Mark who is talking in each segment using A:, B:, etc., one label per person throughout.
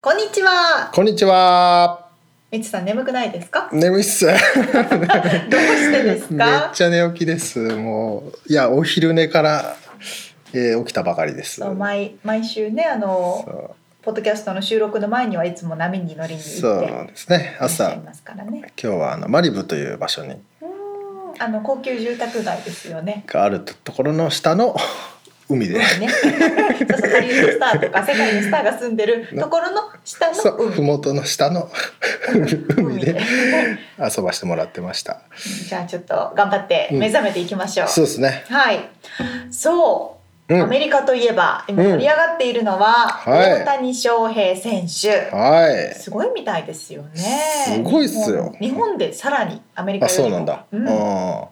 A: こんにちは
B: こんにちは。
A: みつさん眠くないですか
B: 眠いっす。
A: どうしてです
B: め っ
A: か
B: ちゃ寝起きです。もういやお昼寝から、えー起きたばかりです。
A: そう毎毎週ねあの
B: そ
A: ポッドキャストの収録の前にはいつも波に乗り
B: う
A: に
B: そう
A: 行って
B: ですね。
A: いらっしゃい
B: 朝今
A: ますからね。
B: 日はあのマリブという場所に
A: うーんあの高級住宅街ですよね。
B: があるところの下の海で
A: 海。ね。そうそうハリウッドスターとか世界のスターが住んでるところの下
B: そ
A: の
B: う、ふ
A: 海。
B: もとの下の海
A: 海で
B: で遊ばしてもらってました。
A: じゃあちょっと頑張って目覚めていきましょう。
B: そうですね。
A: はい。そう。
B: う
A: ア
B: ん。
A: メリカといえば今
B: うん
A: 盛り上がっているのは、
B: はい
A: 大谷翔平選手。
B: はい。
A: すごいみたいですよね。
B: すごいっすよ
A: もう日本でさらにアメリカ
B: あ、
A: よりも
B: そうなんだ。うん。
A: うん
B: あ、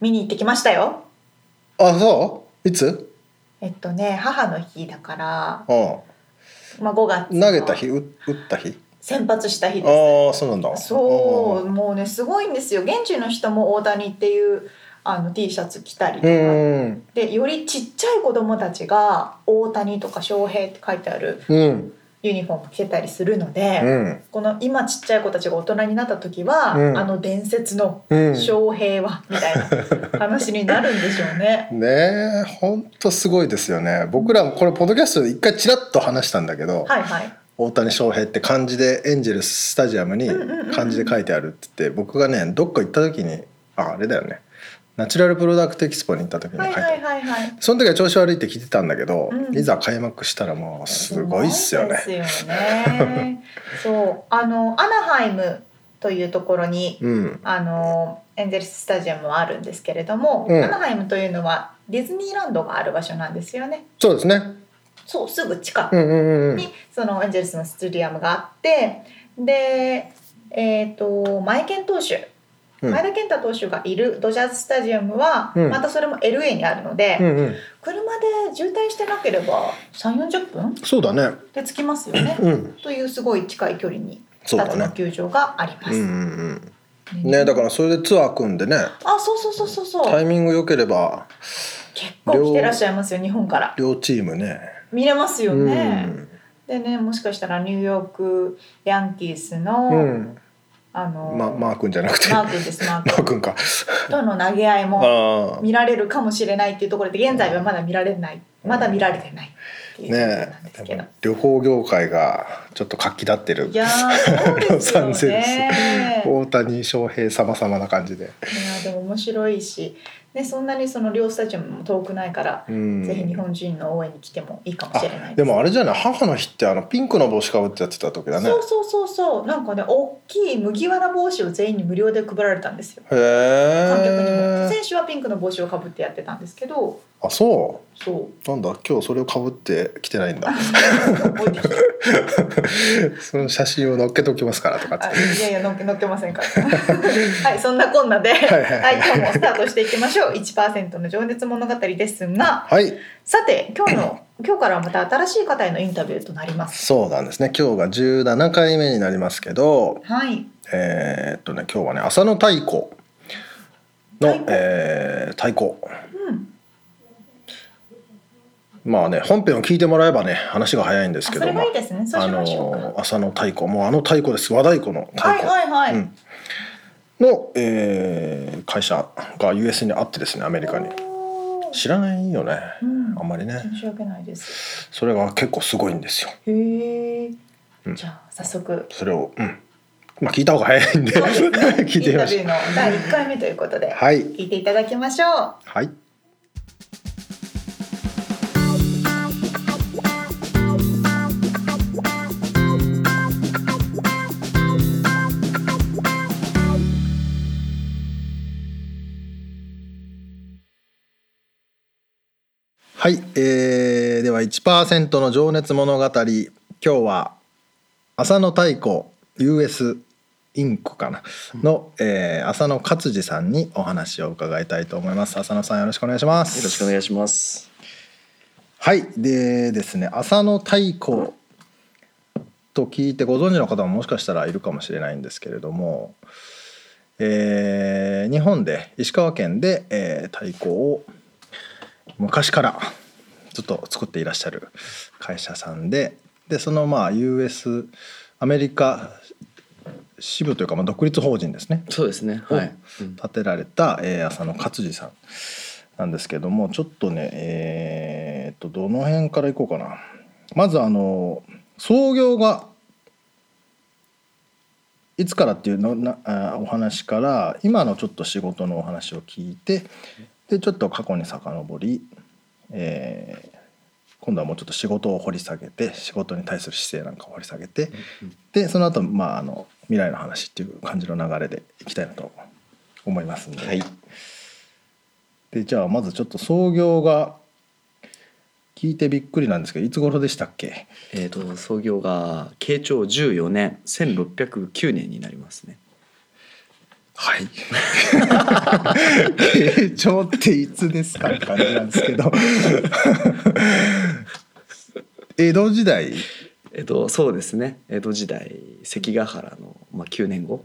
A: 見に行ってきましたよ。
B: そう？いつ？
A: えっとね、母の日だから、
B: うん。
A: まあ5月の
B: 投げた日、う打った日。
A: 先発した日です。
B: ああ、そうなんだ。
A: そう、もうねすごいんですよ。現地の人も大谷っていうあの T シャツ着たりと
B: う
A: か、
B: ん。
A: でよりちっちゃい子供たちが大谷とか翔平って書いてある
B: うん。
A: ユニフォーム着てたりするので、
B: うん。
A: この今ちっちゃい子たちが大人になった時は、
B: うん
A: あの伝説の
B: うん。。
A: 翔平はみたいな話になるんでしょうね
B: ねえ、本当すごいですよね。僕らもこれポッドキャストで一回ちらっと話したんだけど、
A: はいはい。
B: 大谷翔平って漢字でエンジェルススタジアムに
A: うんうんうん
B: 漢字で書いてあるって言って、僕がね、どっか行った時に、あ、あれだよね。ナチュラルプロダクトエキスポに行った時に書
A: はいい
B: てある。
A: はいはいはい。
B: その時は調子悪いって聞いてたんだけど、
A: うん
B: いざ開幕したらもうすごいっすよね。
A: すごいですよねそうあのアナハイムというところに
B: うん。
A: あのエンゼルススタジアムはあるんですけれども、
B: うん
A: アナハイムというのはディズニーランドがある場所なんですよね。
B: そうですね。
A: そうすぐ近
B: う
A: く
B: んうんうん。
A: にそのエンゼルスのスタジアムがあってで、えー、と前健投手
B: うん
A: 前田健太投手がいるドジャーススタジアムは、
B: うん
A: またそれも LA にあるので、
B: うんうん。
A: 車で渋滞してなければ3 4 0分
B: そうだね。
A: で着きますよね。
B: うん。
A: というすごい近い距離に
B: そう
A: 2
B: だ
A: つ
B: ね
A: の。球場がありま
B: うん
A: す。
B: うんうん、ねだからそれでツアー組んでね
A: あそうそうそうそうそう
B: タイミング良ければ
A: 結構来てらっしゃいますよ日本から
B: 両チームね
A: 見れますよ
B: うん
A: ね、でねもしかしたらニューヨークヤンキースの、
B: うん
A: あの、
B: ま、マー君じゃなくて
A: マ
B: マ
A: ー君ですマー
B: ー
A: 君
B: 君か
A: との投げ合い
B: あ
A: も
B: あ
A: 見られるかもしれないっていうところで現在はまだ見られない、
B: うん
A: まだ見られてないっていう
B: ね
A: 状況なんですけ
B: で
A: ど、
B: も旅行業界がちょっと活気立ってる
A: いやーそうですよ
B: ロサンゼル
A: ね
B: 大谷翔平様々な感じ
A: い
B: で、
A: やーでも面白いし、ね、そんなにその両スタジアムも遠くないから、
B: うん、
A: ぜひ日本人の応援に来てもいいかも
B: あ
A: しれない
B: でもあれじゃない母の日ってあのピンクの帽子かぶってやってた時だね
A: そうそうそうそうなんかね大きい麦わら帽子を全員に無料で配られたんですよ
B: へ
A: 観客にも
B: え
A: 選手はピンクの帽子をかぶってやってたんですけど
B: あそ
A: そう
B: なんだ今日それをかぶってきてない んだ
A: う覚えてきた
B: その写真を載っけときますからとかって
A: あいやいや乗って乗ってません からはいそんなこんなで、はい
B: いはいはい
A: 今日もスタートしていきましょう1%の情熱物語ですが
B: はい
A: さて今日 の今日からはまた新しい方へのインタビューとなります
B: そうなんですね今日が17回目になりますけど
A: はい
B: えーっとね今日はね浅野太鼓
A: 太
B: の
A: 鼓
B: えー太鼓
A: うん
B: まあね本編を聞いてもらえばね話が早いんで
A: あ
B: す
A: そ
B: け
A: れ
B: ど
A: が
B: も
A: いいですねそう
B: あ
A: しましょうか、
B: の浅野太鼓もうあの太鼓です和太鼓の太
A: はい
B: 鼓
A: はいはい、
B: うんの、えー会社が US にあってですねアメリカに
A: おー
B: 知らないよね
A: うん
B: あんまりね
A: 申し訳ないです
B: それが結構すごいんですよ
A: へえ、
B: うん
A: じゃあ早速
B: それをうんま あ、聞いた方が早いんで 聞いてみましょ
C: イン
B: う
C: タビューの第1回目ということで、
B: はい
C: 聞いていただきましょう。
B: はいはい、えー、では1%の情熱物語今日は浅野太鼓 US インコかなの、えー浅野勝次さんにお話を伺いたいと思います浅野さんよろしくお願いします
D: よろしくお願いします。
B: はいでですね浅野太鼓と聞いてご存知の方ももしかしたらいるかもしれないんですけれども、えー日本で石川県で、えー太鼓を昔からずっと作っていらっしゃる会社さんででそのまあ US アメリカ支部というか、まあ、独立法人ですね
D: そうですね。はい。うん
B: 建てられた、えー浅野勝次さんなんですけどもちょっとねえーっとどの辺からいこうかなまずあの創業がいつからっていうのなあお話から今のちょっと仕事のお話を聞いてでちょっと過去に遡り、えー今度はもうちょっと仕事を掘り下げて仕事に対する姿勢なんかを掘り下げてでその後、まああの未来の話っていう感じの流れでいきたいなと思いますんで,、
D: はい。
B: でじゃあまずちょっと創業が聞いてびっくりなんですけどいつ頃でしたっけ
D: えっ、と創業が慶長14年1609年になりますね。
B: はい 慶長っていつですかって感じなんですけど 江戸時代
D: えっ、とそうですね。江戸時代関ヶ原のまあ9年後。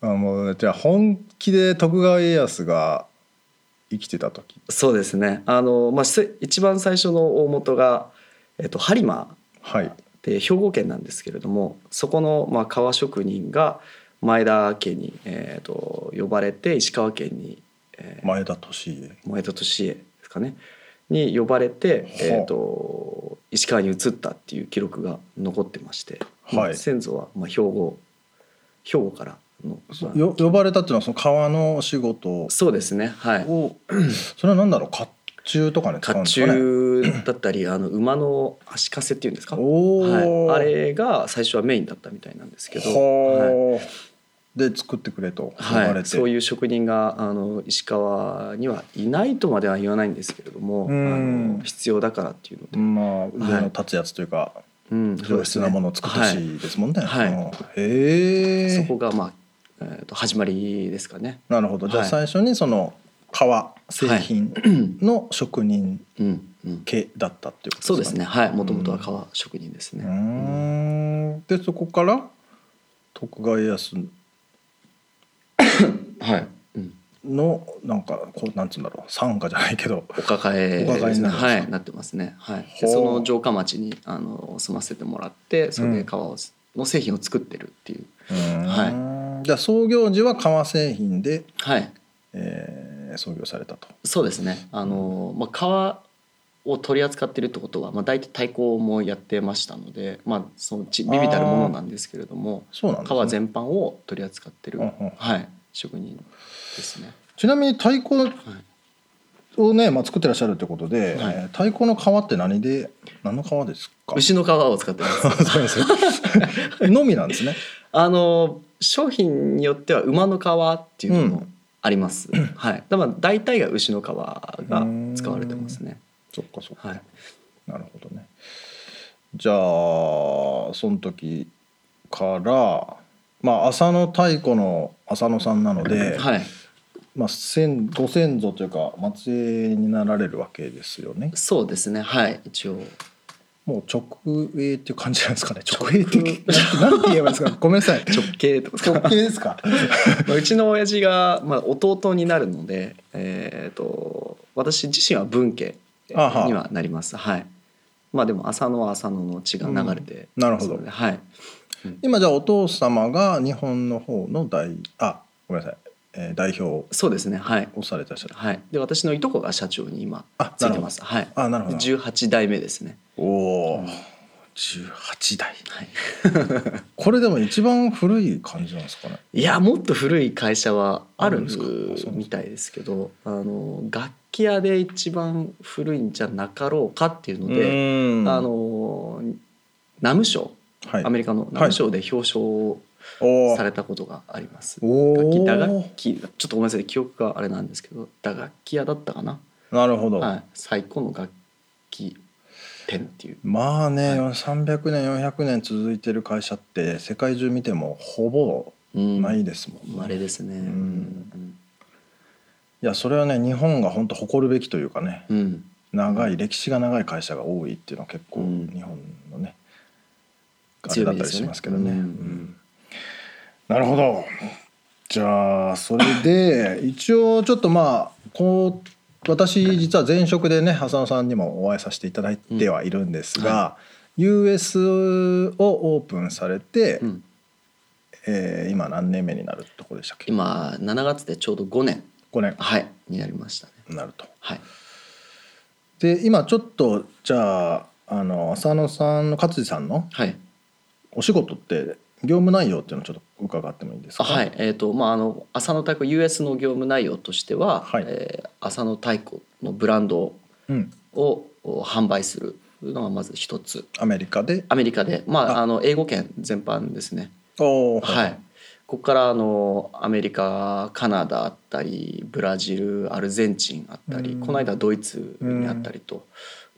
B: あもうじゃあ本気で徳川家康が生きてた時
D: そうですね。あのまあせ一番最初の大元がえっ、と播磨
B: はい
D: で兵庫県なんですけれどもそこのまあ革職人が前田家に、えー、と呼ばれて石川県に、えー
B: 前田利家
D: 前田利家ですかねに呼ばれて、
B: はあ
D: えー、と石川に移ったっていう記録が残ってまして、
B: はい
D: まあ先祖はまあ兵庫兵庫からの、まあ
B: よ呼ばれたっていうのはその川のお仕事を
D: そうですねはい
B: それは何だろう甲冑とかね使うん
D: 甲
B: ですかね
D: 冑だったりあの馬の足かせっていうんですか、は
B: おー
D: い、あれが最初はメインだったみたいなんですけど。はい
B: はあで作ってくれと呼ば
D: は
B: れ
D: い、
B: て、
D: そういう職人があの石川にはいないとまでは言わないんですけれども、
B: うん
D: あの必要だからっていうので、
B: まあ腕の立つやつというか、
D: うんそ
B: 上
D: うです
B: 質
D: ね
B: なものを作ってほ
D: はい
B: しいですもんね、
D: はいはい
B: うんへえ
D: そこが、まあえー、と始まりですかね。
B: なるほどじゃあ
D: はい
B: 最初にその革製品の職人
D: うんうん、
B: 系だったっていうこと
D: そう
B: で
D: ですす
B: か
D: ねはいもともとは革職人ですね。
B: うーんでそこから徳川家康
D: はいうん、
B: のなんかこうなんつうんだろう傘下じゃないけど
D: お抱え
B: お抱え
D: で
B: に
D: す
B: な
D: ね
B: るんですね
D: はい、なってますね。はい、
B: ほ
D: で
B: う
D: その城下町にあの住ませてもらってそれ
B: うん
D: で革を、の製品を作ってるっていう、
B: はい、じゃあ創業時は革製品で、
D: はい、
B: えー創業されたと。
D: そうですねあの、まあ、革を取り扱ってるってことは、まあ、大体太鼓もやってましたので、まあ、そのち微々たるものなんですけれども
B: そうなんです、ね、
D: 革全般を取り扱ってる、
B: うんうん
D: はい、職人ですね。
B: ちなみに太鼓
D: はい
B: をね、まあ、作ってらっしゃるってことで、
D: はい
B: えー太鼓の革って何で何の革ですか
D: 牛の皮を使ってます。
B: そうですよ のみなんですね。
D: あの商品によっては馬の皮っていうの
B: う
D: もあり ます。はい。だから大体が牛の皮が使われてますね。
B: そっかそっか、
D: はい。
B: なるほどね。じゃあその時から、まあ、浅野太鼓の浅野さんなので、
D: はい。
B: まあ、先ご先祖というか末裔になられるわけですよね。
D: そうですね。はい。一応
B: もう直営っていう感じなんですかね。直営的なんてなんて言えばいいですか。 ごめんなさい。
D: 直径とか
B: 直営です か。
D: まあうちの親父が、まあ、弟になるので、えー、と私自身は文家に
B: あは
D: はなりますはいまあでも浅野は浅野の血が流れて
B: うんなるほど
D: ますのではい
B: 今じゃあお父様が日本の方の代あごめんなさい、えー代表を
D: そうですねはい、
B: されてらっしゃる。
D: はい、で私のいとこが社長に今
B: あ
D: つ
B: ないるほ
D: て
B: ど
D: ま。すはい
B: あなるほど。
D: 18代目ですね
B: おお、 18代
D: はい、
B: これでも一番古い感じなんですかね
D: いやもっと古い会社はある
B: あるんですかあそうなんですか
D: みたいですけどあの楽器屋で一番古いんじゃなかろうかっていうので、
B: うん
D: あのナム賞
B: はい
D: アメリカのナム賞で表彰を
B: おー
D: されたことがあります、
B: お
D: 楽器打
B: ー
D: 楽器ちょっとごめんなさい記憶があれなんですけど打楽器屋だったかな、
B: なるほど、
D: はい、最古の楽器店っていう
B: まあね、300年400年続いてる会社って世界中見てもほぼな
D: う
B: い
D: ん
B: ですもんね、
D: まれですね
B: んいやそれはね日本が本当誇るべきというかね
D: うん、うん
B: 長い歴史が長い会社が多いっていうのは結構
D: うん
B: 日本のね、あれ
D: 強
B: だっ
D: みで
B: たりし
D: すよね
B: ますけどね。
D: うん
B: うんなるほどじゃあそれで 一応ちょっとまあこう私実は前職でね浅野さんにもお会いさせていただいてはいるんですが、US をオープンされて、
D: うん
B: えー今何年目になるところでしたっけ
D: 今7月でちょうど5年
B: 5年
D: はいになりましたね
B: になると。
D: はい
B: で今ちょっとじゃああの浅野さんの勝地さんの
D: はい
B: お仕事って業務内容っていうのをちょっと伺ってもいいです
D: あ
B: か
D: はいえっ、とまああの浅野太鼓 US の業務内容としては、
B: はい
D: えー浅野太鼓のブランド
B: うん、
D: をお販売するのがまず一つ
B: アメリカで
D: アメリカでま
B: あ
D: ああの英語圏全般ですね
B: おー
D: はい、ここからあのアメリカカナダあったりブラジルアルゼンチンあったり、
B: うん
D: この間ドイツにあったりと、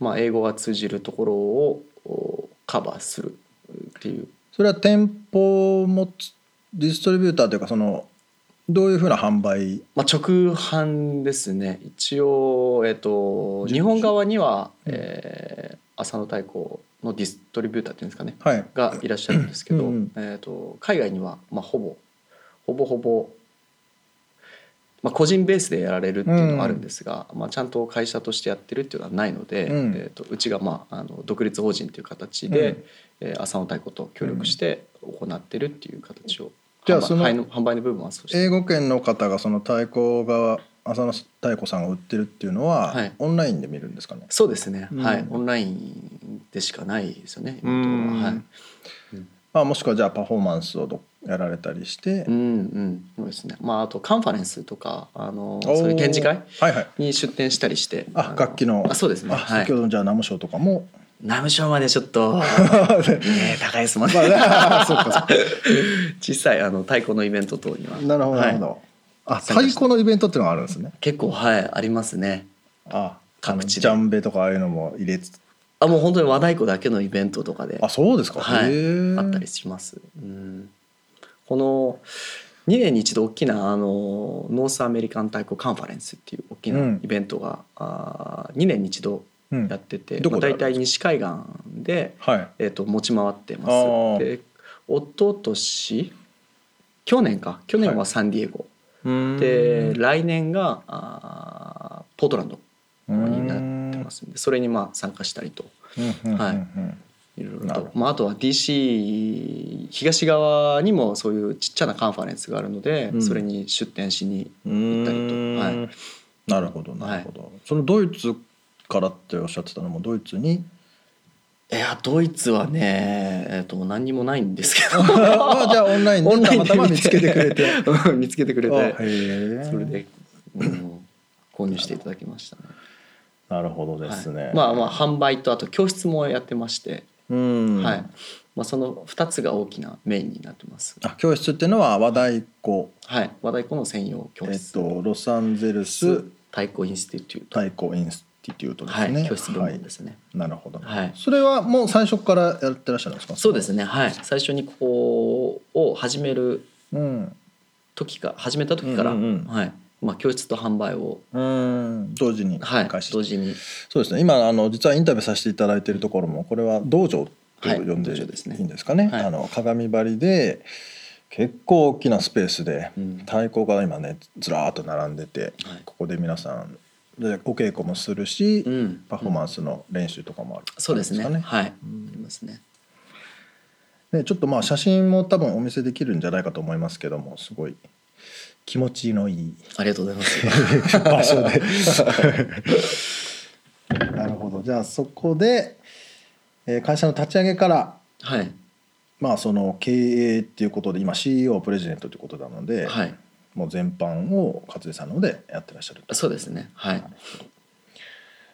D: まあ、英語が通じるところをおカバーするっていう
B: それは店舗を持つディストリビューターというかそのどういうふうな販売
D: まあ、直販ですね一応、えっと日本側には、
B: うん
D: えー浅野太鼓のディストリビューターっていうんですかね
B: はい
D: がいらっしゃるんですけど、
B: うんうん
D: えー、と海外には、まあ、ほぼほぼほぼ、まあ、個人ベースでやられるっていうのはあるんですが、まあ、ちゃんと会社としてやってるっていうのはないので、
B: うん
D: えー、とうちが、まあ、あの独立法人という形で、
B: うん
D: えー浅野太鼓と協力して行ってるっていう形を、
B: じゃあそ
D: 販売
B: の
D: 販売の販売の部分はそうして
B: 英語圏の方がその太鼓が浅野太鼓さんが売ってるっていうのは、
D: はい
B: オンラインで見るんですかね
D: そうですね、
B: うん
D: はいオンラインでしかないですよね
B: う
D: 今のところ
B: ん
D: は、はい、
B: まあ、もしくはじゃあパフォーマンスをどやられたりして、
D: うんうんそうですねまああとカンファレンスとかあの
B: おー
D: そういう展示会
B: はいはい
D: に出展したりして
B: あ
D: の
B: 楽器の
D: あそうですね
B: あ
D: はい
B: 先ほどのじゃあナムショーとか も、
D: ナムショーまでちょっと ねえ高いですもんね
B: まあ、 そうかそうか
D: 小さいあの太鼓のイベント等には
B: なるほどなるほど、あ太鼓のイベントっていうのがあるんですね
D: 結構はいありますね
B: あ
D: 各地
B: ジ
D: で
B: ャンベとかああいうのも入れつつ
D: あもう本当に和太鼓だけのイベントとかで
B: あそうですか、
D: はい
B: へー
D: あったりします。うん、この2年に一度大きなあのノースアメリカン太鼓カンファレンスっていう大き
B: う
D: なんイベントが、あ2年に一度
B: うん
D: やってて、
B: どこで
D: まあ
B: やる
D: 大
B: んですか
D: 体西海岸で、
B: はい
D: えー、と持ち回ってま
B: あー、
D: す。で一昨年去年か去年はサンディエゴ、で来年があーポートランドになってますすんでそれにまあ参加したりと
B: うんうんうんうん
D: はいいろいろ
B: なるほ
D: と、まあ、あとは DC 東側にもそういうちっちゃなカンファレンスがあるので、
B: うん
D: それに出展しに
B: 行
D: ったりとはい
B: なるほどなるほど、そのドイツからっておっしゃってたのもドイツ に
D: いやドイツはね、えっと何にもないんですけど
B: あじゃあオンライン
D: オン
B: で
D: ライ
B: た
D: ン
B: またま
D: で
B: 見つけてくれて
D: うん見つけてくれ
B: あ
D: て
B: へえ
D: それで、うん購入していただきましたね
B: なるほどですね、
D: はいまあまあ販売とあと教室もやってまして、
B: うん、
D: はいまあ、その2つが大きなメインになってます
B: あ教室っていうのは和太鼓
D: はい和太鼓の専用教
B: えっ
D: 室、
B: とロサンゼルス
D: 太鼓インスティテュート、
B: 太鼓インスティテュートです
D: は
B: ね、
D: い、教室部
B: は
D: 門
B: い
D: ですね、
B: なるほど、
D: はい
B: それはもう最初からやってらっしゃるんですか
D: そうですねはい最初にこうを始める
B: うん
D: 時か始めた時から、
B: うんうんうん
D: はいまあ、教室と販売を、
B: うん同時に
D: はい
B: 開、始、
D: 同時に
B: そうですね今あの実はインタビューさせていただいているところもこれは道場と呼んでい
D: はい道場ですね
B: いんですかね,、
D: はい
B: あの鏡張りで結構大きなスペースで
D: うん
B: 太鼓が今ねずらーっと並んでて、
D: はい
B: ここで皆さんでお稽古もするし、
D: うん
B: パフォーマ
D: ンス、
B: ンスの練習とかもある、
D: そうですね
B: かね
D: は
B: う
D: い、
B: ん
D: ありますね
B: ね、ちょっとまあ写真も多分お見せできるんじゃないかと思いますけどもすごい気持ちのいい
D: ありがとうございます
B: 場所 でなるほどじゃあそこでえー会社の立ち上げから、
D: はい
B: まあ、その経営っていうことで今 CEO プレジデントということなので、
D: はい
B: もう全般を勝地さんの方でやってらっしゃると
D: そうですねはい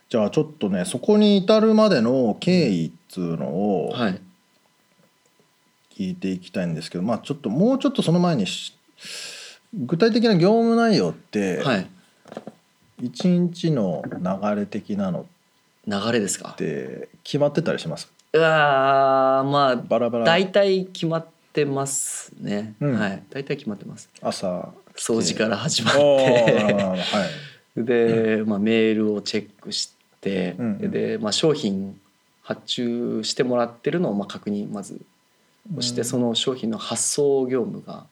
B: じゃあちょっとねそこに至るまでの経緯っつうのを
D: はい
B: 聞いていきたいんですけど、まあちょっともうちょっとその前にし具体的な業務内容って
D: はい
B: 一日の流れ的なの
D: 流れですか
B: って決まってたりします
D: うわーまあ
B: バラバラ
D: 大体決まってますね、
B: うん
D: はい大体決まってます
B: 朝
D: 掃除から始まっ
B: おーなるほどなる
D: て
B: ほど はい
D: で、まあ、メールをチェックして、
B: うんうん
D: で、まあ、商品発注してもらってるのをまあ確認まずをして、その商品の発送業務が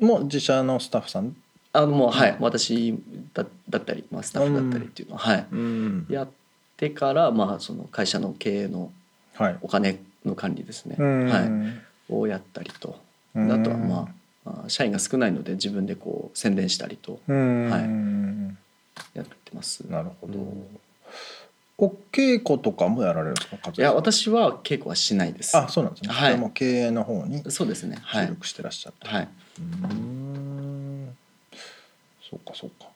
B: もう自社のスタッフさん、
D: あのもうはい私だだったり、まあ、スタッフだったりっていうのは、はい、やってから、まあ、その会社の経営の
B: はい、
D: お金の管理ですね、はい、をやったりと
B: い
D: あとはまああ社員が少ないので自分でこう宣伝したりと
B: あ、
D: はい
B: い、
D: やってます。
B: なるほど、
D: うん
B: お稽古とかもやられるんですか勝地さ
D: い
B: ん
D: や私は稽古はしないです。
B: あそうなんですね、
D: はい
B: じゃあもう経営の方に
D: そうですねは
B: 注
D: い
B: 力してらっしゃって、
D: はい。
B: うーんそうかそうか、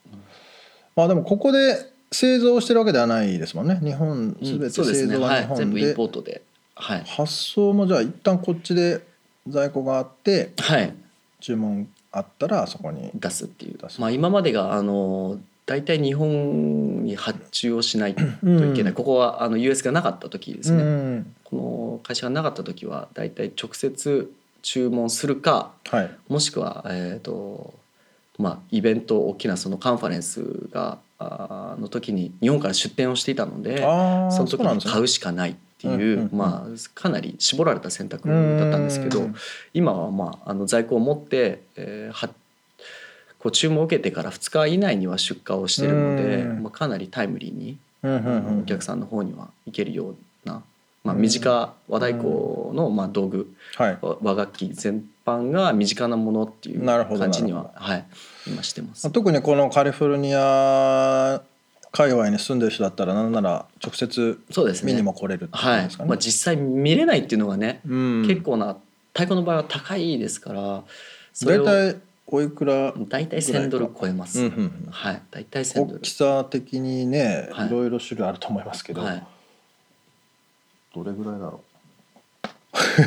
B: まあでもここで製造してるわけではないですもんね日本
D: う
B: す
D: ん
B: べて
D: そうで
B: 製
D: すね
B: 造は
D: は
B: 日
D: い、
B: 本
D: 全部
B: で,、
D: インポートではい、
B: 発送もじゃあ一旦こっちで在庫があって
D: はい、
B: 注文あったらそこに
D: 出すっていう
B: 出す
D: まあ、今までがあの大体日本に発注をしないとい
B: うん
D: けない、ここはあの US がなかった時ですね、
B: うん
D: この会社がなかった時は大体直接注文するか
B: はい
D: もしくは、えーとまあ、イベント大きなそのカンファレンスがあーの時に日本から出店をしていたので
B: ああ
D: その時に買う
B: し
D: しかないって
B: うん
D: いう
B: うんうん
D: まあ、かなり絞られた選択だったんですけど今は、まあ、あの在庫を持って、えーはこう注文を受けてから2日以内には出荷をしているので、
B: うん
D: まあ、かなりタイムリーに、
B: うんうんうん、
D: お客さんの方には行けるような、まあ、
B: うん
D: 身近和太鼓の、まあ、道具
B: はい
D: 和和楽器全般が身近なものっていう
B: なるほど
D: 感じに
B: な
D: は
B: る、
D: はい、今してます
B: まあ。特にこのカリフォルニア界隈に住んでる人だったらなんなら直接
D: そうです
B: 見に
D: ね
B: も来れるってこと
D: はい
B: ですかね。
D: まあ、実際見れないっていうのがね、
B: うん
D: 結構な太鼓の場合は高いですからそれ
B: 大
D: を
B: 体おいくら、
D: 大体1,000ドル超えます、
B: うんうんうん
D: はい大体1,000ド
B: 大
D: ル
B: きさ的にね、
D: はい
B: いろいろ種類あると思いますけど、
D: はい、
B: どれぐらいだろ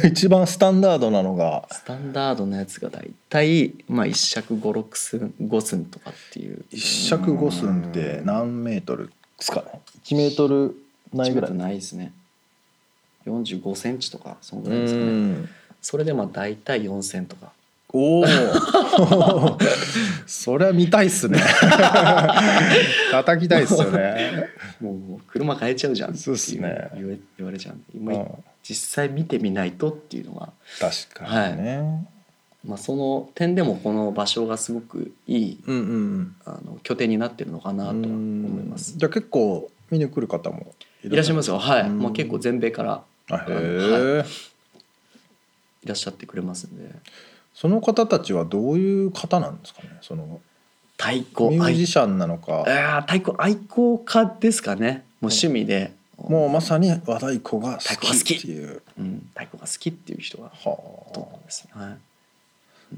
B: う 一番スタンダードなのが
D: スタンダードのやつが大体、まあ、1尺56寸5寸とかっていう
B: 一尺五寸って何メートルですかね1メートルないぐらい
D: ちょっとないですね4 5ンチとかそのぐ
B: う
D: らいですかね
B: ん
D: それでまあ大体4,000とか
B: おお それは見たいっすね 叩きたいっすよね
D: もう車変えちゃうじゃんって
B: そうっす
D: い
B: ね
D: 言われ言われちゃうんで
B: う
D: 今
B: ん
D: 実際見てみないとっていうのが、
B: 確かにね、
D: まあ、その点でもこの場所がすごくいい
B: うんうん
D: あの拠点になってるのかなとは思います
B: じゃあ結構見に来る方も
D: いらっしゃいますすよはい、
B: うん
D: まあ、結構全米から
B: あへえ、
D: いらっしゃってくれますんで
B: その方たちはどういう方なんですかねその
D: 太鼓
B: ミュー
D: 愛
B: ジシャンなのか
D: あー太鼓愛好家ですかねもう趣味で
B: もうまさに和太鼓が
D: 太鼓が
B: 好
D: 好
B: き
D: き
B: っていう
D: う、うん、太鼓が好きっていう人がほとん
B: は
D: どですね、はい、
B: あ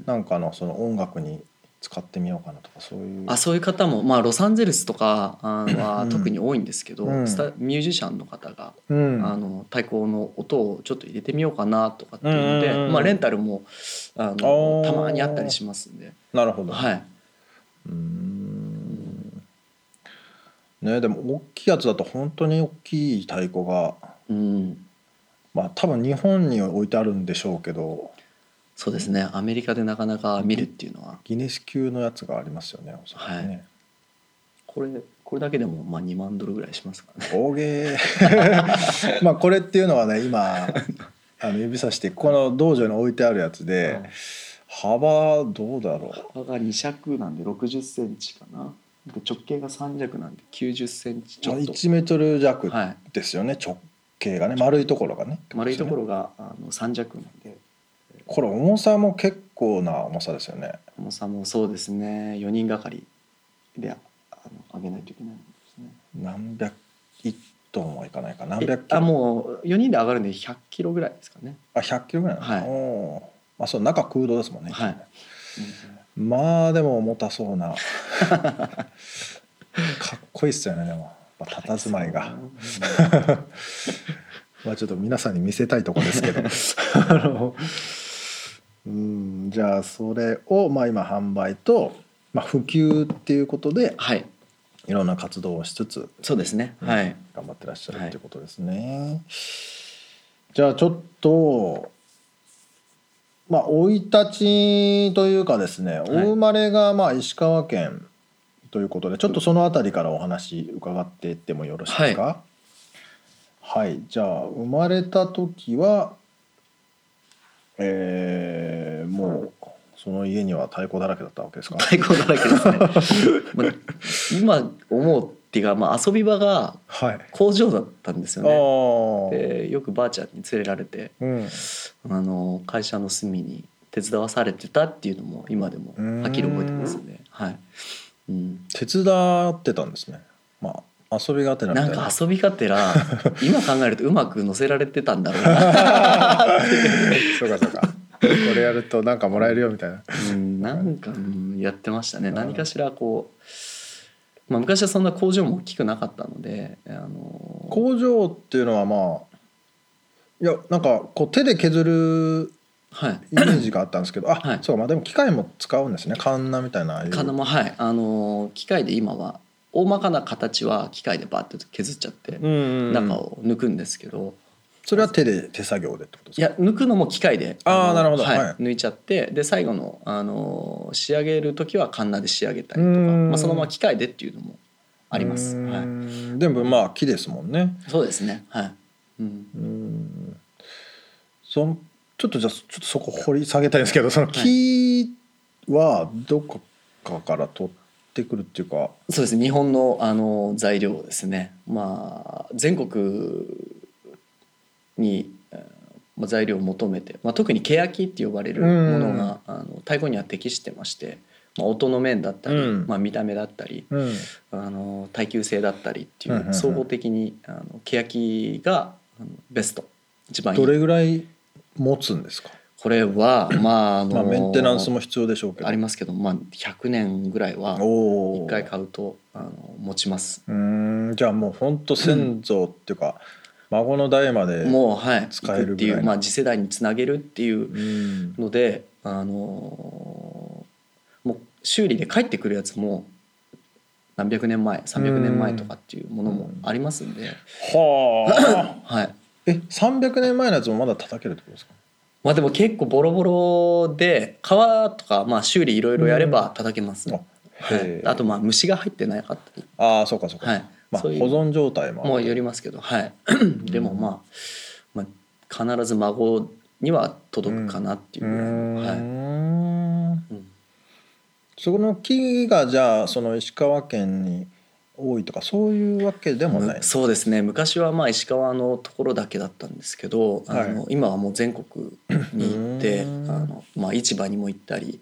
B: なんかあのその音楽に使ってみようかなとかそういう
D: あそういう方も、まあ、ロサンゼルスとかあー
B: う
D: は
B: ん
D: 特に多いんですけど、
B: うん
D: スタミュージシャンの方が、
B: うん
D: あの太鼓の音をちょっと入れてみようかなとかっていうので、
B: うんうんうん
D: まあ、レンタルもあの
B: ー
D: たまにあったりしますんで、
B: なるほど、
D: はい、
B: うーんねでも大きいやつだと本当に大きい太鼓が
D: うん、
B: まあ多分日本に置いてあるんでしょうけど
D: そうですねアメリカでなかなか見るっていうのは
B: ギネス級のやつがありますよねおそらくね、
D: これこれだけでもまあ2万ドルぐらいしますからね。
B: 大げー まあこれっていうのはね 今あの指さしてこの道場に置いてあるやつで、幅どうだろ
D: 幅が2尺なんで6 0ンチかなで直径が3尺なんで9 0ンチ
B: う、
D: ち
B: まあ、
D: ょっと、
B: 1メートル弱
D: は
B: ですよね、直径がね丸いところがね
D: い、丸いところがあの3尺なんで
B: これ重さも結構な重さですよね
D: 重さもそうですね4人がかりであの上げないといけないんですね
B: 何百1ともいかないか何
D: え
B: 百キロ
D: あもう4人で上がるんで100キロぐらいですかね
B: あ100キロぐらいなの、
D: はい
B: おーあそう中空洞ですもんね、
D: はい
B: まあでも重たそうな かっこいいっすよねでもやっぱ佇まいがまあちょっと皆さんに見せたいとこですけどあの うんじゃあそれをまあ今販売と、まあ、普及っていうことで
D: はい
B: いろんな活動をしつつ
D: そうですねはい
B: 頑張ってらっしゃるっていうことですね。じゃあちょっとまあ生い立ちというかですね、
D: い
B: お生まれがまあ石川県ということでちょっとそのあたりからお話伺っていってもよろしいですかはい、じゃあ生まれた時はえーもうその家には太鼓だらけだったわけですか
D: 太鼓だらけですねまあ 今思うっていうか、まあ、遊び場が
B: はい、
D: 工場だったんですよ
B: あ
D: ね
B: ー
D: でよくばあちゃんに連れられて
B: うん
D: あの会社の隅に手伝わされてたっていうのも今でもはっきり覚えてますねはい、うん、
B: 手伝ってたんですねまあ遊びがてらみた
D: ないん
B: な
D: か遊びがて ら今考えるとうまく乗せられてたんだろうな
B: そうかそうかこれやるとなんかもらえるよみたいな
D: うんなんかうんやってましたね何かしらこう、まあ、昔はそんな工場も大きくなかったのであの
B: 工場っていうのはまあいやなんかこう手で削る
D: はい
B: イメージがあったんですけどあ、
D: はい
B: そうかまあでも機械も使うんですねカンナみたいなああいう
D: 金もはいあの機械で今は大まかな形は機械でバーって削っちゃって
B: うんうんうん
D: 中を抜くんですけど、
B: それは手で手作業でってことです
D: い
B: か
D: や抜くのも機械で
B: あー
D: の
B: なるほど
D: はい
B: はい
D: 抜いちゃってで最後の、あのー仕上げる時はカンナで仕上げたり
B: う
D: とか、
B: ーん
D: まあ、そのまま機械でっていうのもあります、
B: うー
D: は
B: ん全部まあ木ですもんね
D: い、そうですねはい、うん、
B: うんそのちょっとじゃあちょっとそこ掘り下げたいんですけどその木はどこかから取ってくるっていうか、
D: そうですね日本の、あのー材料をですねまあ全国に、えーまあ、材料を求めて、まあ、特にケヤキって呼ばれるものがあの太鼓には適してまして、まあ、音の面だったり、
B: うん
D: まあ、見た目だったり
B: うん、
D: あの耐久性だったりってい
B: うんうんう
D: うん総合的にあの欅があのベスト一番い
B: ど
D: い
B: れぐらい持つんですか、
D: これはまああの
B: まあ、メンテナンスも必要でしょうけど
D: ありますけど、まあ、100年ぐらいは
B: おお
D: 1回買うとあの持ちます
B: うーんじゃあもうほんと先祖っていうか、孫の代まで
D: もうはい
B: 使えるぐらいの
D: 行くっていう、まあ、次世代につなげるっていう
B: うん
D: のであのもう修理で帰ってくるやつも何百年前300年前とかっていうものもありますんで、
B: はあ
D: はい、
B: え300年前のやつもまだ叩けるってことですか
D: まあでも結構ボロボロで皮とかまあ修理いろいろやれば叩けます、
B: うん
D: は
B: へ
D: い、
B: ー
D: あとまあ虫が入ってなかったり、
B: ああそうかそうか、
D: はい
B: まあ、保
D: そういう
B: 存状態もあって
D: もうよりますけど、はい、でもまあ、まあ、必ず孫には届くかなっていううぐらいの、
B: ー
D: はい
B: ん
D: うん
B: そこの木がじゃあその石川県に多いとかそういうわけでもない
D: むそうですね昔はまあ石川のところだけだったんですけど、
B: はい
D: あの今はもう全国に行ってあ
B: うん
D: の、まあ、市場にも行ったり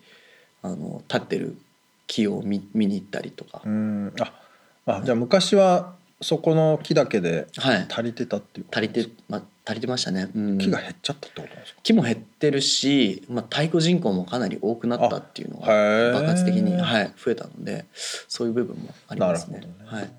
D: あの立ってる木を見見に行ったりとか、
B: うんああじゃあ昔はそこの木だけで
D: はい、
B: 足りてたっていうこと
D: 足りて、まあ、足りてましたね、うん
B: 木が減っちゃったってことなんですか
D: 木も減ってるし、まあ、太鼓人口もかなり多くなったっていうのが
B: へえ
D: 爆発的に、はい、増えたのでそういう部分もありますね
B: なるほどね
D: はい、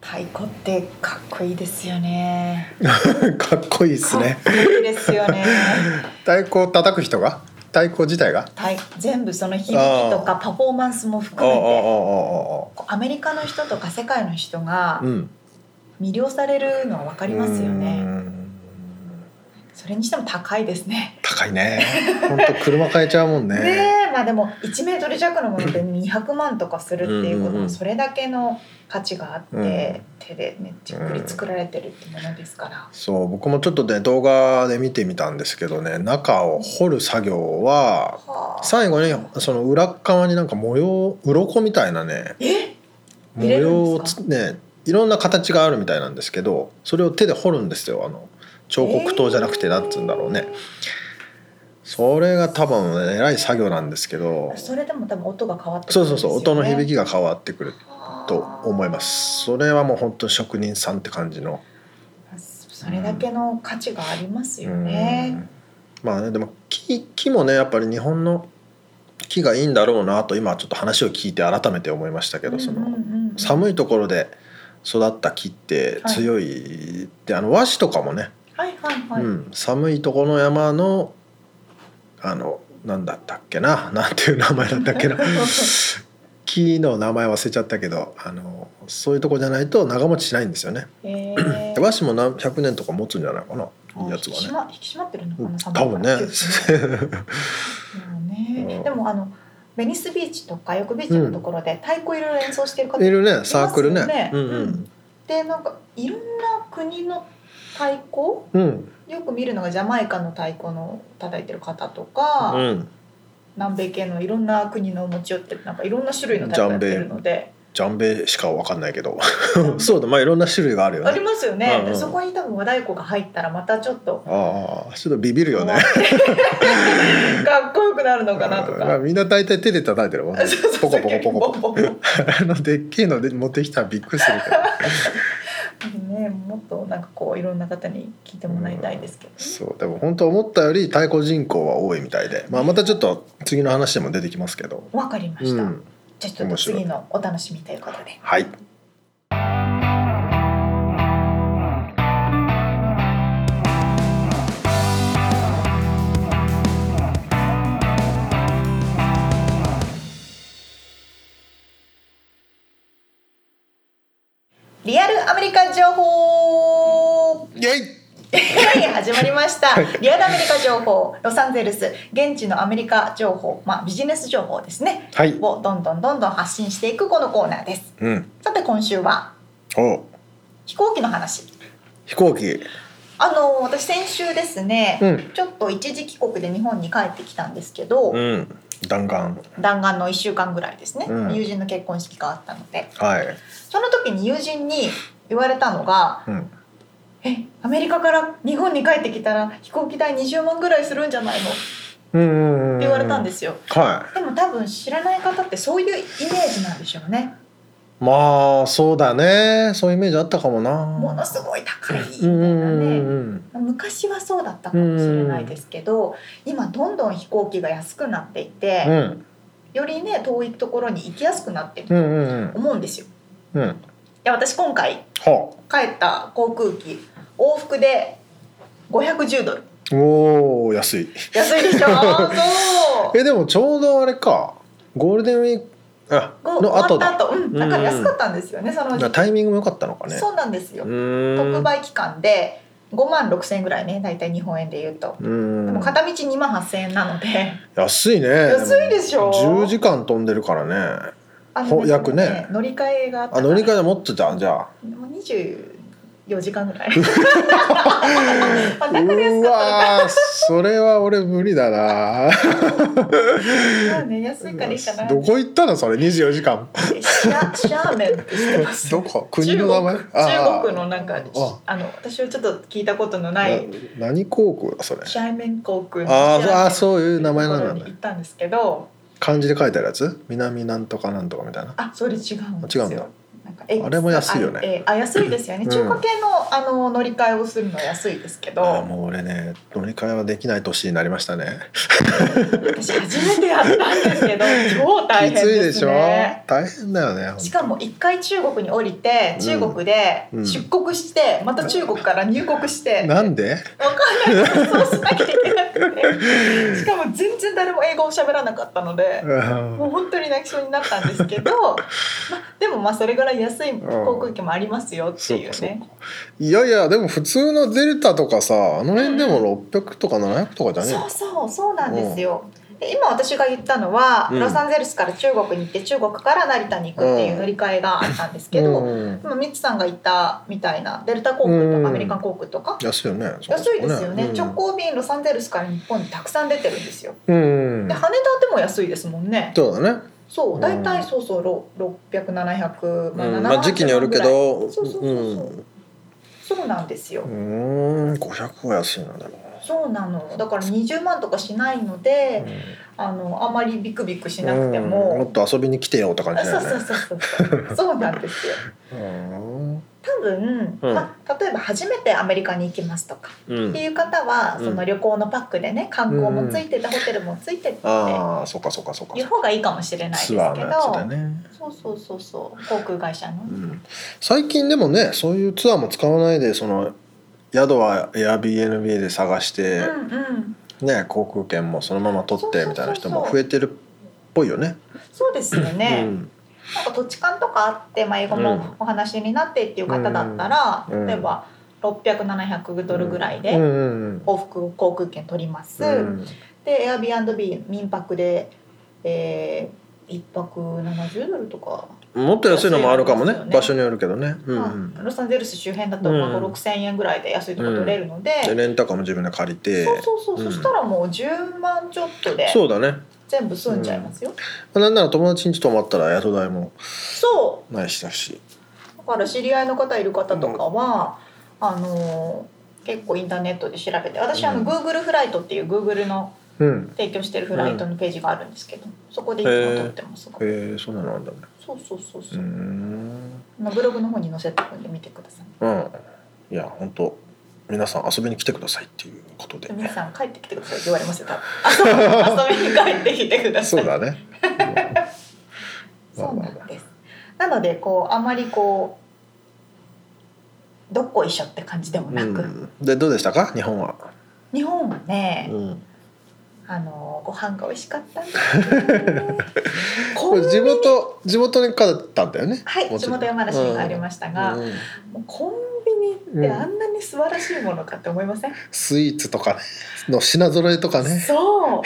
A: 太鼓ってかっこいいですよね。
B: かっこいいですね
A: かっこいいですよね。
B: 太鼓を叩く人が太鼓自体が
A: はい、全部その響きとかパフォーマンスも含
B: ああああ
A: めて。
B: あ
A: アメリカの人とか世界の人が
B: あうん
A: 魅了されるのはわか
B: あ
A: りますよね。それにしても高いですね。
B: 高いね本当車買えちゃうもんね
A: ねえ、まあでも1メートル弱のもので200万とかするっていうこ
B: う
A: と
B: んうんうん
A: はそれだけの価値があって、
B: うん
A: 手でねじっくり作られてるってものですから。
B: そう僕もちょっとね動画で見てみたんですけどね中を掘る作業は
A: はあ、
B: 最後にその裏っ側になんか模様鱗みたいなね
A: え、
B: 模
A: 入れるん
B: 様
A: ですか
B: をつねいろんな形があるみたいなんですけどそれを手で彫るんですよあの彫刻刀じゃなくて
A: えー
B: なんつうんだろうね、それが多分えらい作業なんですけど
A: それでも多分音が変わってく
B: そ
A: る
B: うんそう
A: ですよ
B: そう
A: ね
B: 音の響きが変わってくると
A: はあ
B: 思いますそれはもう本当職人さんって感じの、
A: それだけの価値があります
B: う
A: よ
B: ん
A: ね。
B: まあねでも木木もねやっぱり日本の木がいいんだろうなと今ちょっと話を聞いて改めて思いましたけど、その
A: い、
B: 寒いところで育った木って強いって、あの和紙とかもね、
A: はいはいはい。
B: うん、寒いところの山のあのなんだったっけななんていう名前だった っけな木の名前忘れちゃったけどあのそういうとこじゃないと長持ちしないんですよね
A: え
B: で
A: ー
B: 和紙も何100年とか持つんじゃないかないいやつ
A: 引き締
B: はね
A: ま引き締まってるのかな、寒いか
B: 多
A: ら
B: 分ね
A: ね
B: うん
A: ねでもあのベニスビーチとかヨクビーチのところで太鼓いろいろ演奏してる方
B: いるねサークル
A: いますよ
B: ね
A: ね
B: うんうん
A: でなんかいろんな国の太鼓
B: うん
A: よく見るのがジャマイカの太鼓の叩いてる方とか、
B: うん
A: 南米系のいろんな国の持ち寄ってなんかいろんな種類の太鼓やってるので
B: ジャンベしかわかんないけど そうだまあいろんな種類がある よ
A: あり
B: ね
A: ますよね、
B: うんうん
A: でそこに多分和太鼓が入ったらまたちょっと
B: ああちょっとビビるよ ね
A: かっこよくなるのかなと
B: まあ
A: か。
B: みんな大体手で叩いてるもんね
A: そうそ
B: ポ
A: う
B: コ
A: そう
B: ポコポコポ
A: ポコ
B: コ
A: ポコ
B: あのでっけえので持ってきたらびっくりする けど
A: ね、もっとなんかこういろんな方に聞いてもらいたいですけど、
B: そうでも本当思ったより太鼓人口は多いみたいで、まあ、またちょっと次の話でも出てきますけど、
A: わかりま
B: う
A: した、
B: ん、
A: じゃあちょっと次のお楽しみということで
B: はい
A: リアルアメリカ情報
B: イエイ
A: はい、始まりました。リアルアメリカ情報、ロサンゼルス、現地のアメリカ情報、まあビジネス情報ですね。
B: はい
A: をどんどんどんどん発信していくこのコーナーです。
B: うん
A: さて今週は
B: お
A: 飛行機の話。
B: 飛行機
A: あの私先週ですね、
B: うん
A: ちょっと一時帰国で日本に帰ってきたんですけど、
B: うん弾丸
A: 弾丸の1週間ぐらいですね、
B: うん
A: 友人の結婚式があったので
B: はい、
A: その時に友人に言われたのが
B: うん、
A: 「えアメリカから日本に帰ってきたら飛行機代20万ぐらいするんじゃないの?」って
B: うん
A: 言われたんですすよ。
B: は
A: でも多分知らない方ってそういうイメージなんでしょうね。
B: いまあそうだねそういうイメージあったかもな
A: ものすごい高いみた
B: う
A: い
B: んうんう
A: なね。
B: んうん
A: 昔はそうだったかもしれないですけど、今どんどん飛行機が安くなっていて、
B: うん
A: よりね遠いところに行きやすくなってる
B: う
A: と
B: んうん
A: 思うんですよ。
B: うんうん
A: で私今回
B: は
A: 帰った航空機往復で510ドル
B: あおお安い
A: 安いでしょそう
B: えでもちょうどあれかゴールデンウィークあ
A: ご
B: の後
A: 終わ
B: だ
A: った後、うん、だから安かったんですよね、その時
B: タイミングも良かったのかね
A: そうなんですよ、特
B: 特
A: 売期間で5万6千円ぐらいね大体日本円で言うと、でも片道2万8千円なので
B: 安いね
A: 安いでしょ
B: 10時間飛んでるからね
A: あの
B: ほ約ね
A: でも乗り換えがあった
B: あ乗り換えでもっとじゃんじゃあ
A: えもう24時間 ぐらいあだから安かったのか
B: うわーそれは俺無理だな
A: まあね安いからいいかな
B: どこ行ったのそれ24時間
A: シャシャーメンって知ってます
B: どこ国の名前
A: 中国
B: あー
A: 中国のなんか
B: あ
A: あの私はちょっと聞いたことのない
B: な何航空だそれ
A: シャーメン航空の
B: あー
A: シャーメン
B: あーそういう名前なんだ
A: ところに
B: ね
A: 行ったんですけど
B: 漢字で書いてあるやつ南なんとかなんとかみたいな
A: あそれ違うんです
B: 違うんだ
A: よなんかえ
B: あれも安いよね
A: あえあ安いですよね、
B: うん
A: 中華系のあの乗り換えをするのは安いですけど、
B: あーもう俺ね乗り換えはできない年になりましたね
A: 私初めてやったんですけ ど超大
B: き
A: 変
B: つい
A: で
B: でし
A: す
B: ょ
A: ね
B: 大変だよねほんと
A: しかも一回中国に降りて中国で
B: うん
A: 出国して、また中国から入国して
B: なんで
A: わかんないそうしなきゃいけなくてしかも全然誰も英語を喋らなかったのでもう
B: う
A: 本当に泣きそうになったんですけど、 まあ、でもまあそれぐらい安い航空機もありますよっていう
B: そうか
A: ね
B: んいやいやでも普通のデルタとかさあの辺でも600とか700とかじゃね
A: そうそうそうなんですよ。で今私が言ったのは、
B: うん
A: ロサンゼルスから中国に行って中国から成田に行くっていう乗り換えがあったんです
B: え
A: けど、
B: うん
A: 今ミツさんが言ったみたいなデルタ航空と
B: うん
A: かアメリカン航空とか、
B: 安いよね
A: 安いですよね、
B: うん
A: 直行便ロサンゼルスから日本にたくさん出てるんですよ、
B: うん
A: で羽田でも安いですもんね
B: そうだね
A: そううん大体そうそう600700まあ
B: うん
A: 700
B: まあ時期によるけど
A: そうそうそうそうそうなんですよ、
B: うんうーん500は安いのでも
A: そうなのだから20万とかしないので、あのあまりビクビクしなくて
B: うんも
A: も、
B: っと遊びに来てよって感じだ
A: そ
B: よ
A: う
B: ね
A: そうそうそうそうなんですよ
B: うん
A: 多分、
B: うん
A: まあ、例えば初めてアメリカに行きますとか、
B: うん
A: っていう方は
B: うん
A: その旅行のパックでね観光もついてて、ホテルもついてって
B: ああそうかそうかそうか
A: いう方がいいかもしれないですけ
B: ツ
A: ど
B: アーのやつでね、
A: そうそうそうそう航空会社の、
B: うん、最近でもねそういうツアーも使わないでその宿は Airbnb で探して、
A: うんうん
B: ね航空券もそのまま取ってみたいな人も
A: そうそうそうそう
B: 増えてるっぽいよね。
A: そうですよね、
B: うん
A: なんか土地勘とかあって、まあ、英語
B: うん
A: もお話になってっていう方だったら、
B: うん
A: 例えば600700ドルぐらい
B: うんう
A: で
B: ん
A: 往復航空券取ります、
B: うん
A: で Airbnb 民泊で、えー、1泊70ドルとか、
B: もっと安いのもあるかもね
A: 安いのもありますよね
B: 場所によるけどね。うんう
A: ま
B: ん
A: あ、ロサンゼルス周辺だとまあ
B: うん
A: 5 6,000円ぐらいで安いとこ取れるので。
B: でレンタカーも自分で借りて
A: そうそうそう、
B: うん
A: そしたらもう10万ちょっとで
B: そうだね
A: 全部済んじゃいますよ、
B: なんなら友達に泊まったら宿代も
A: そ
B: ないしだし
A: うだから知り合いの方いる方とかは、あのー結構インターネットで調べて私あ
B: う
A: の
B: ん
A: Google フライトっていう Google の
B: うん
A: 提供してるフライトのページがあるんですけど、そこでいつも撮ってますが、
B: へえそんなのあるんだね
A: そうそうそうそうう、
B: ん
A: まあブログの方に載せておくんで見てください
B: うんいや本当皆さん遊びに来てくださいっていうことで
A: で皆さん帰ってきてくださいって言われますよ多分遊びに帰ってきてくださ
B: そ
A: いう
B: だね
A: そうなんです。なのでこうあまりこうどっこいしょって感じでも
B: う
A: なく、
B: んでどうでしたか日本は、
A: 日本はね、
B: うん、
A: あのご飯が美味しかったんです よねこ
B: こ
A: ん
B: れ
A: な
B: 地元地元に帰ったんだよね
A: はい地元山梨に帰りましたが、
B: うんうん
A: もうコンビニってあんなに素晴らしいものかって思いません、
B: スイーツとかねの品揃えとかね
A: そう本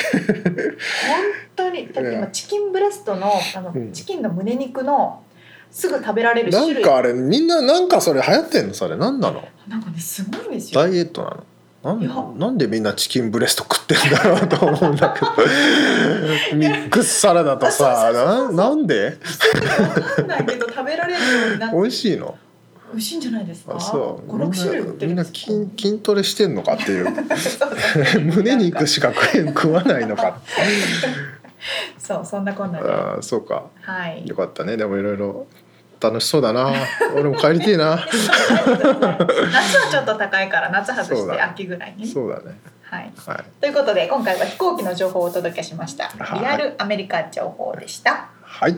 A: 当にだって
B: い
A: 今
B: や
A: チキンブレストのあの、
B: うん
A: チキンの胸肉のすぐ食べられる
B: な
A: 種
B: ん
A: 類
B: かあれみんななんかそれ流行ってんのそれなんなの
A: なんかねすごいんですよ
B: ダイエットなの
A: い
B: な
A: や
B: んなんでみんなチキンブレスト食ってんだろうと思うんだけ どミックスサラダとさななんで
A: わかんないけど食べられるようになって
B: 美味しいの
A: 美味しいんじゃないですか
B: あそう
A: 五六種類売ってる
B: みんなみんな
A: です
B: 筋
A: よ
B: 筋トレしてんのかっていう 胸肉しか食えん食わないのか
A: そうそんなこんなで
B: あーそうか
A: はい
B: よかったねでもいろいろ楽しそうだな俺も帰り てえな
A: 夏はちょっと高いから夏外
B: そう
A: して
B: だ
A: 秋ぐらいにね
B: そうだね
A: はい
B: はい
A: ということで今回は飛行機の情報をお届けしました
B: はい
A: リアルアメリカ情報でした
B: はい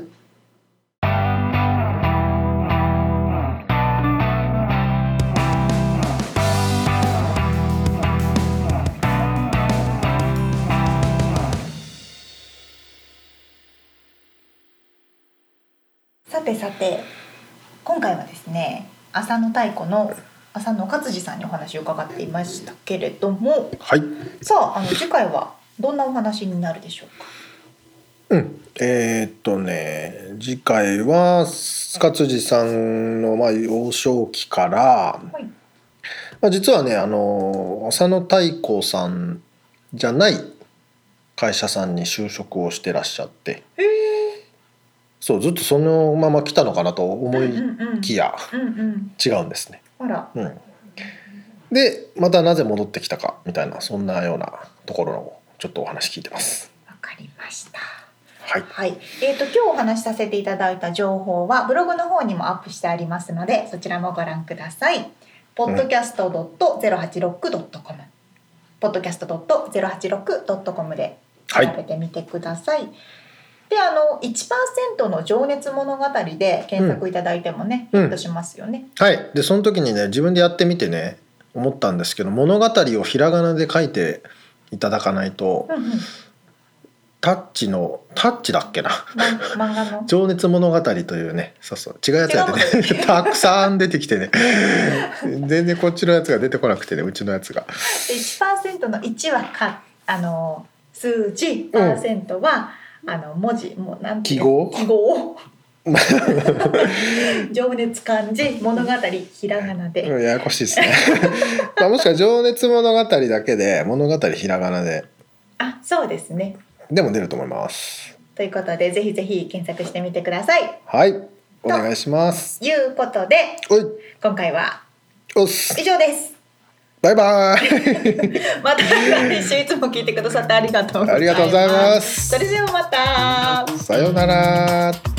A: さてさて今回はですね浅野太鼓の浅野勝次さんにお話を伺っていましたけれども
B: はい
A: さああの次回はどんなお話になるでしょうか
B: うん、えーっとね次回は勝地さんのまあ幼少期から、
A: はい
B: まあ、実はねあの浅野太閤さんじゃない会社さんに就職をしてらっしゃってそうずっとそのまま来たのかなと思い
A: うんうんうん
B: きや
A: うんうん
B: 違うんですね。
A: ほら
B: うん、でまたなぜ戻ってきたかみたいなそんなようなところのちょっとお話聞いてます。
A: わかりました。
B: はい、
A: はい、えー、と今日お話しさせていただいた情報はブログの方にもアップしてありますのでそちらもご覧ください。podcast.086.com、podcast.086.com で調べてみてください。であの1%の情熱物語で検索いただいてもね、
B: うん
A: ヒットしますよね。
B: はい、でその時にね自分でやってみてね思ったんですけど物語をひらがなで書いていただかないと
A: うんうん。
B: タッチのタッチだっけな
A: ま 漫画の
B: 「情熱物語」というねそうそう違うやつが出てねたくさん出てきてね全然こっちのやつが出てこなくてねうちのやつが
A: で1%の1はかあの数字、
B: うん
A: パーセントはあの文字もうなんていうの記
B: 記号
A: 号情熱漢字物語ひらがなで、
B: うんややこしいですね まあもしくは「情熱物語」だけで物語ひらがなで
A: あそうですね
B: でも出ると思います
A: ということでぜひぜひ検索してみてください。
B: はいお願いします
A: いうことで
B: おい
A: 今回は
B: おっす
A: 以上です。
B: バイバイ
A: ま た来週いつも聞いてくださってありがとうございます。
B: ありがとうございます
A: それではまた。
B: さようなら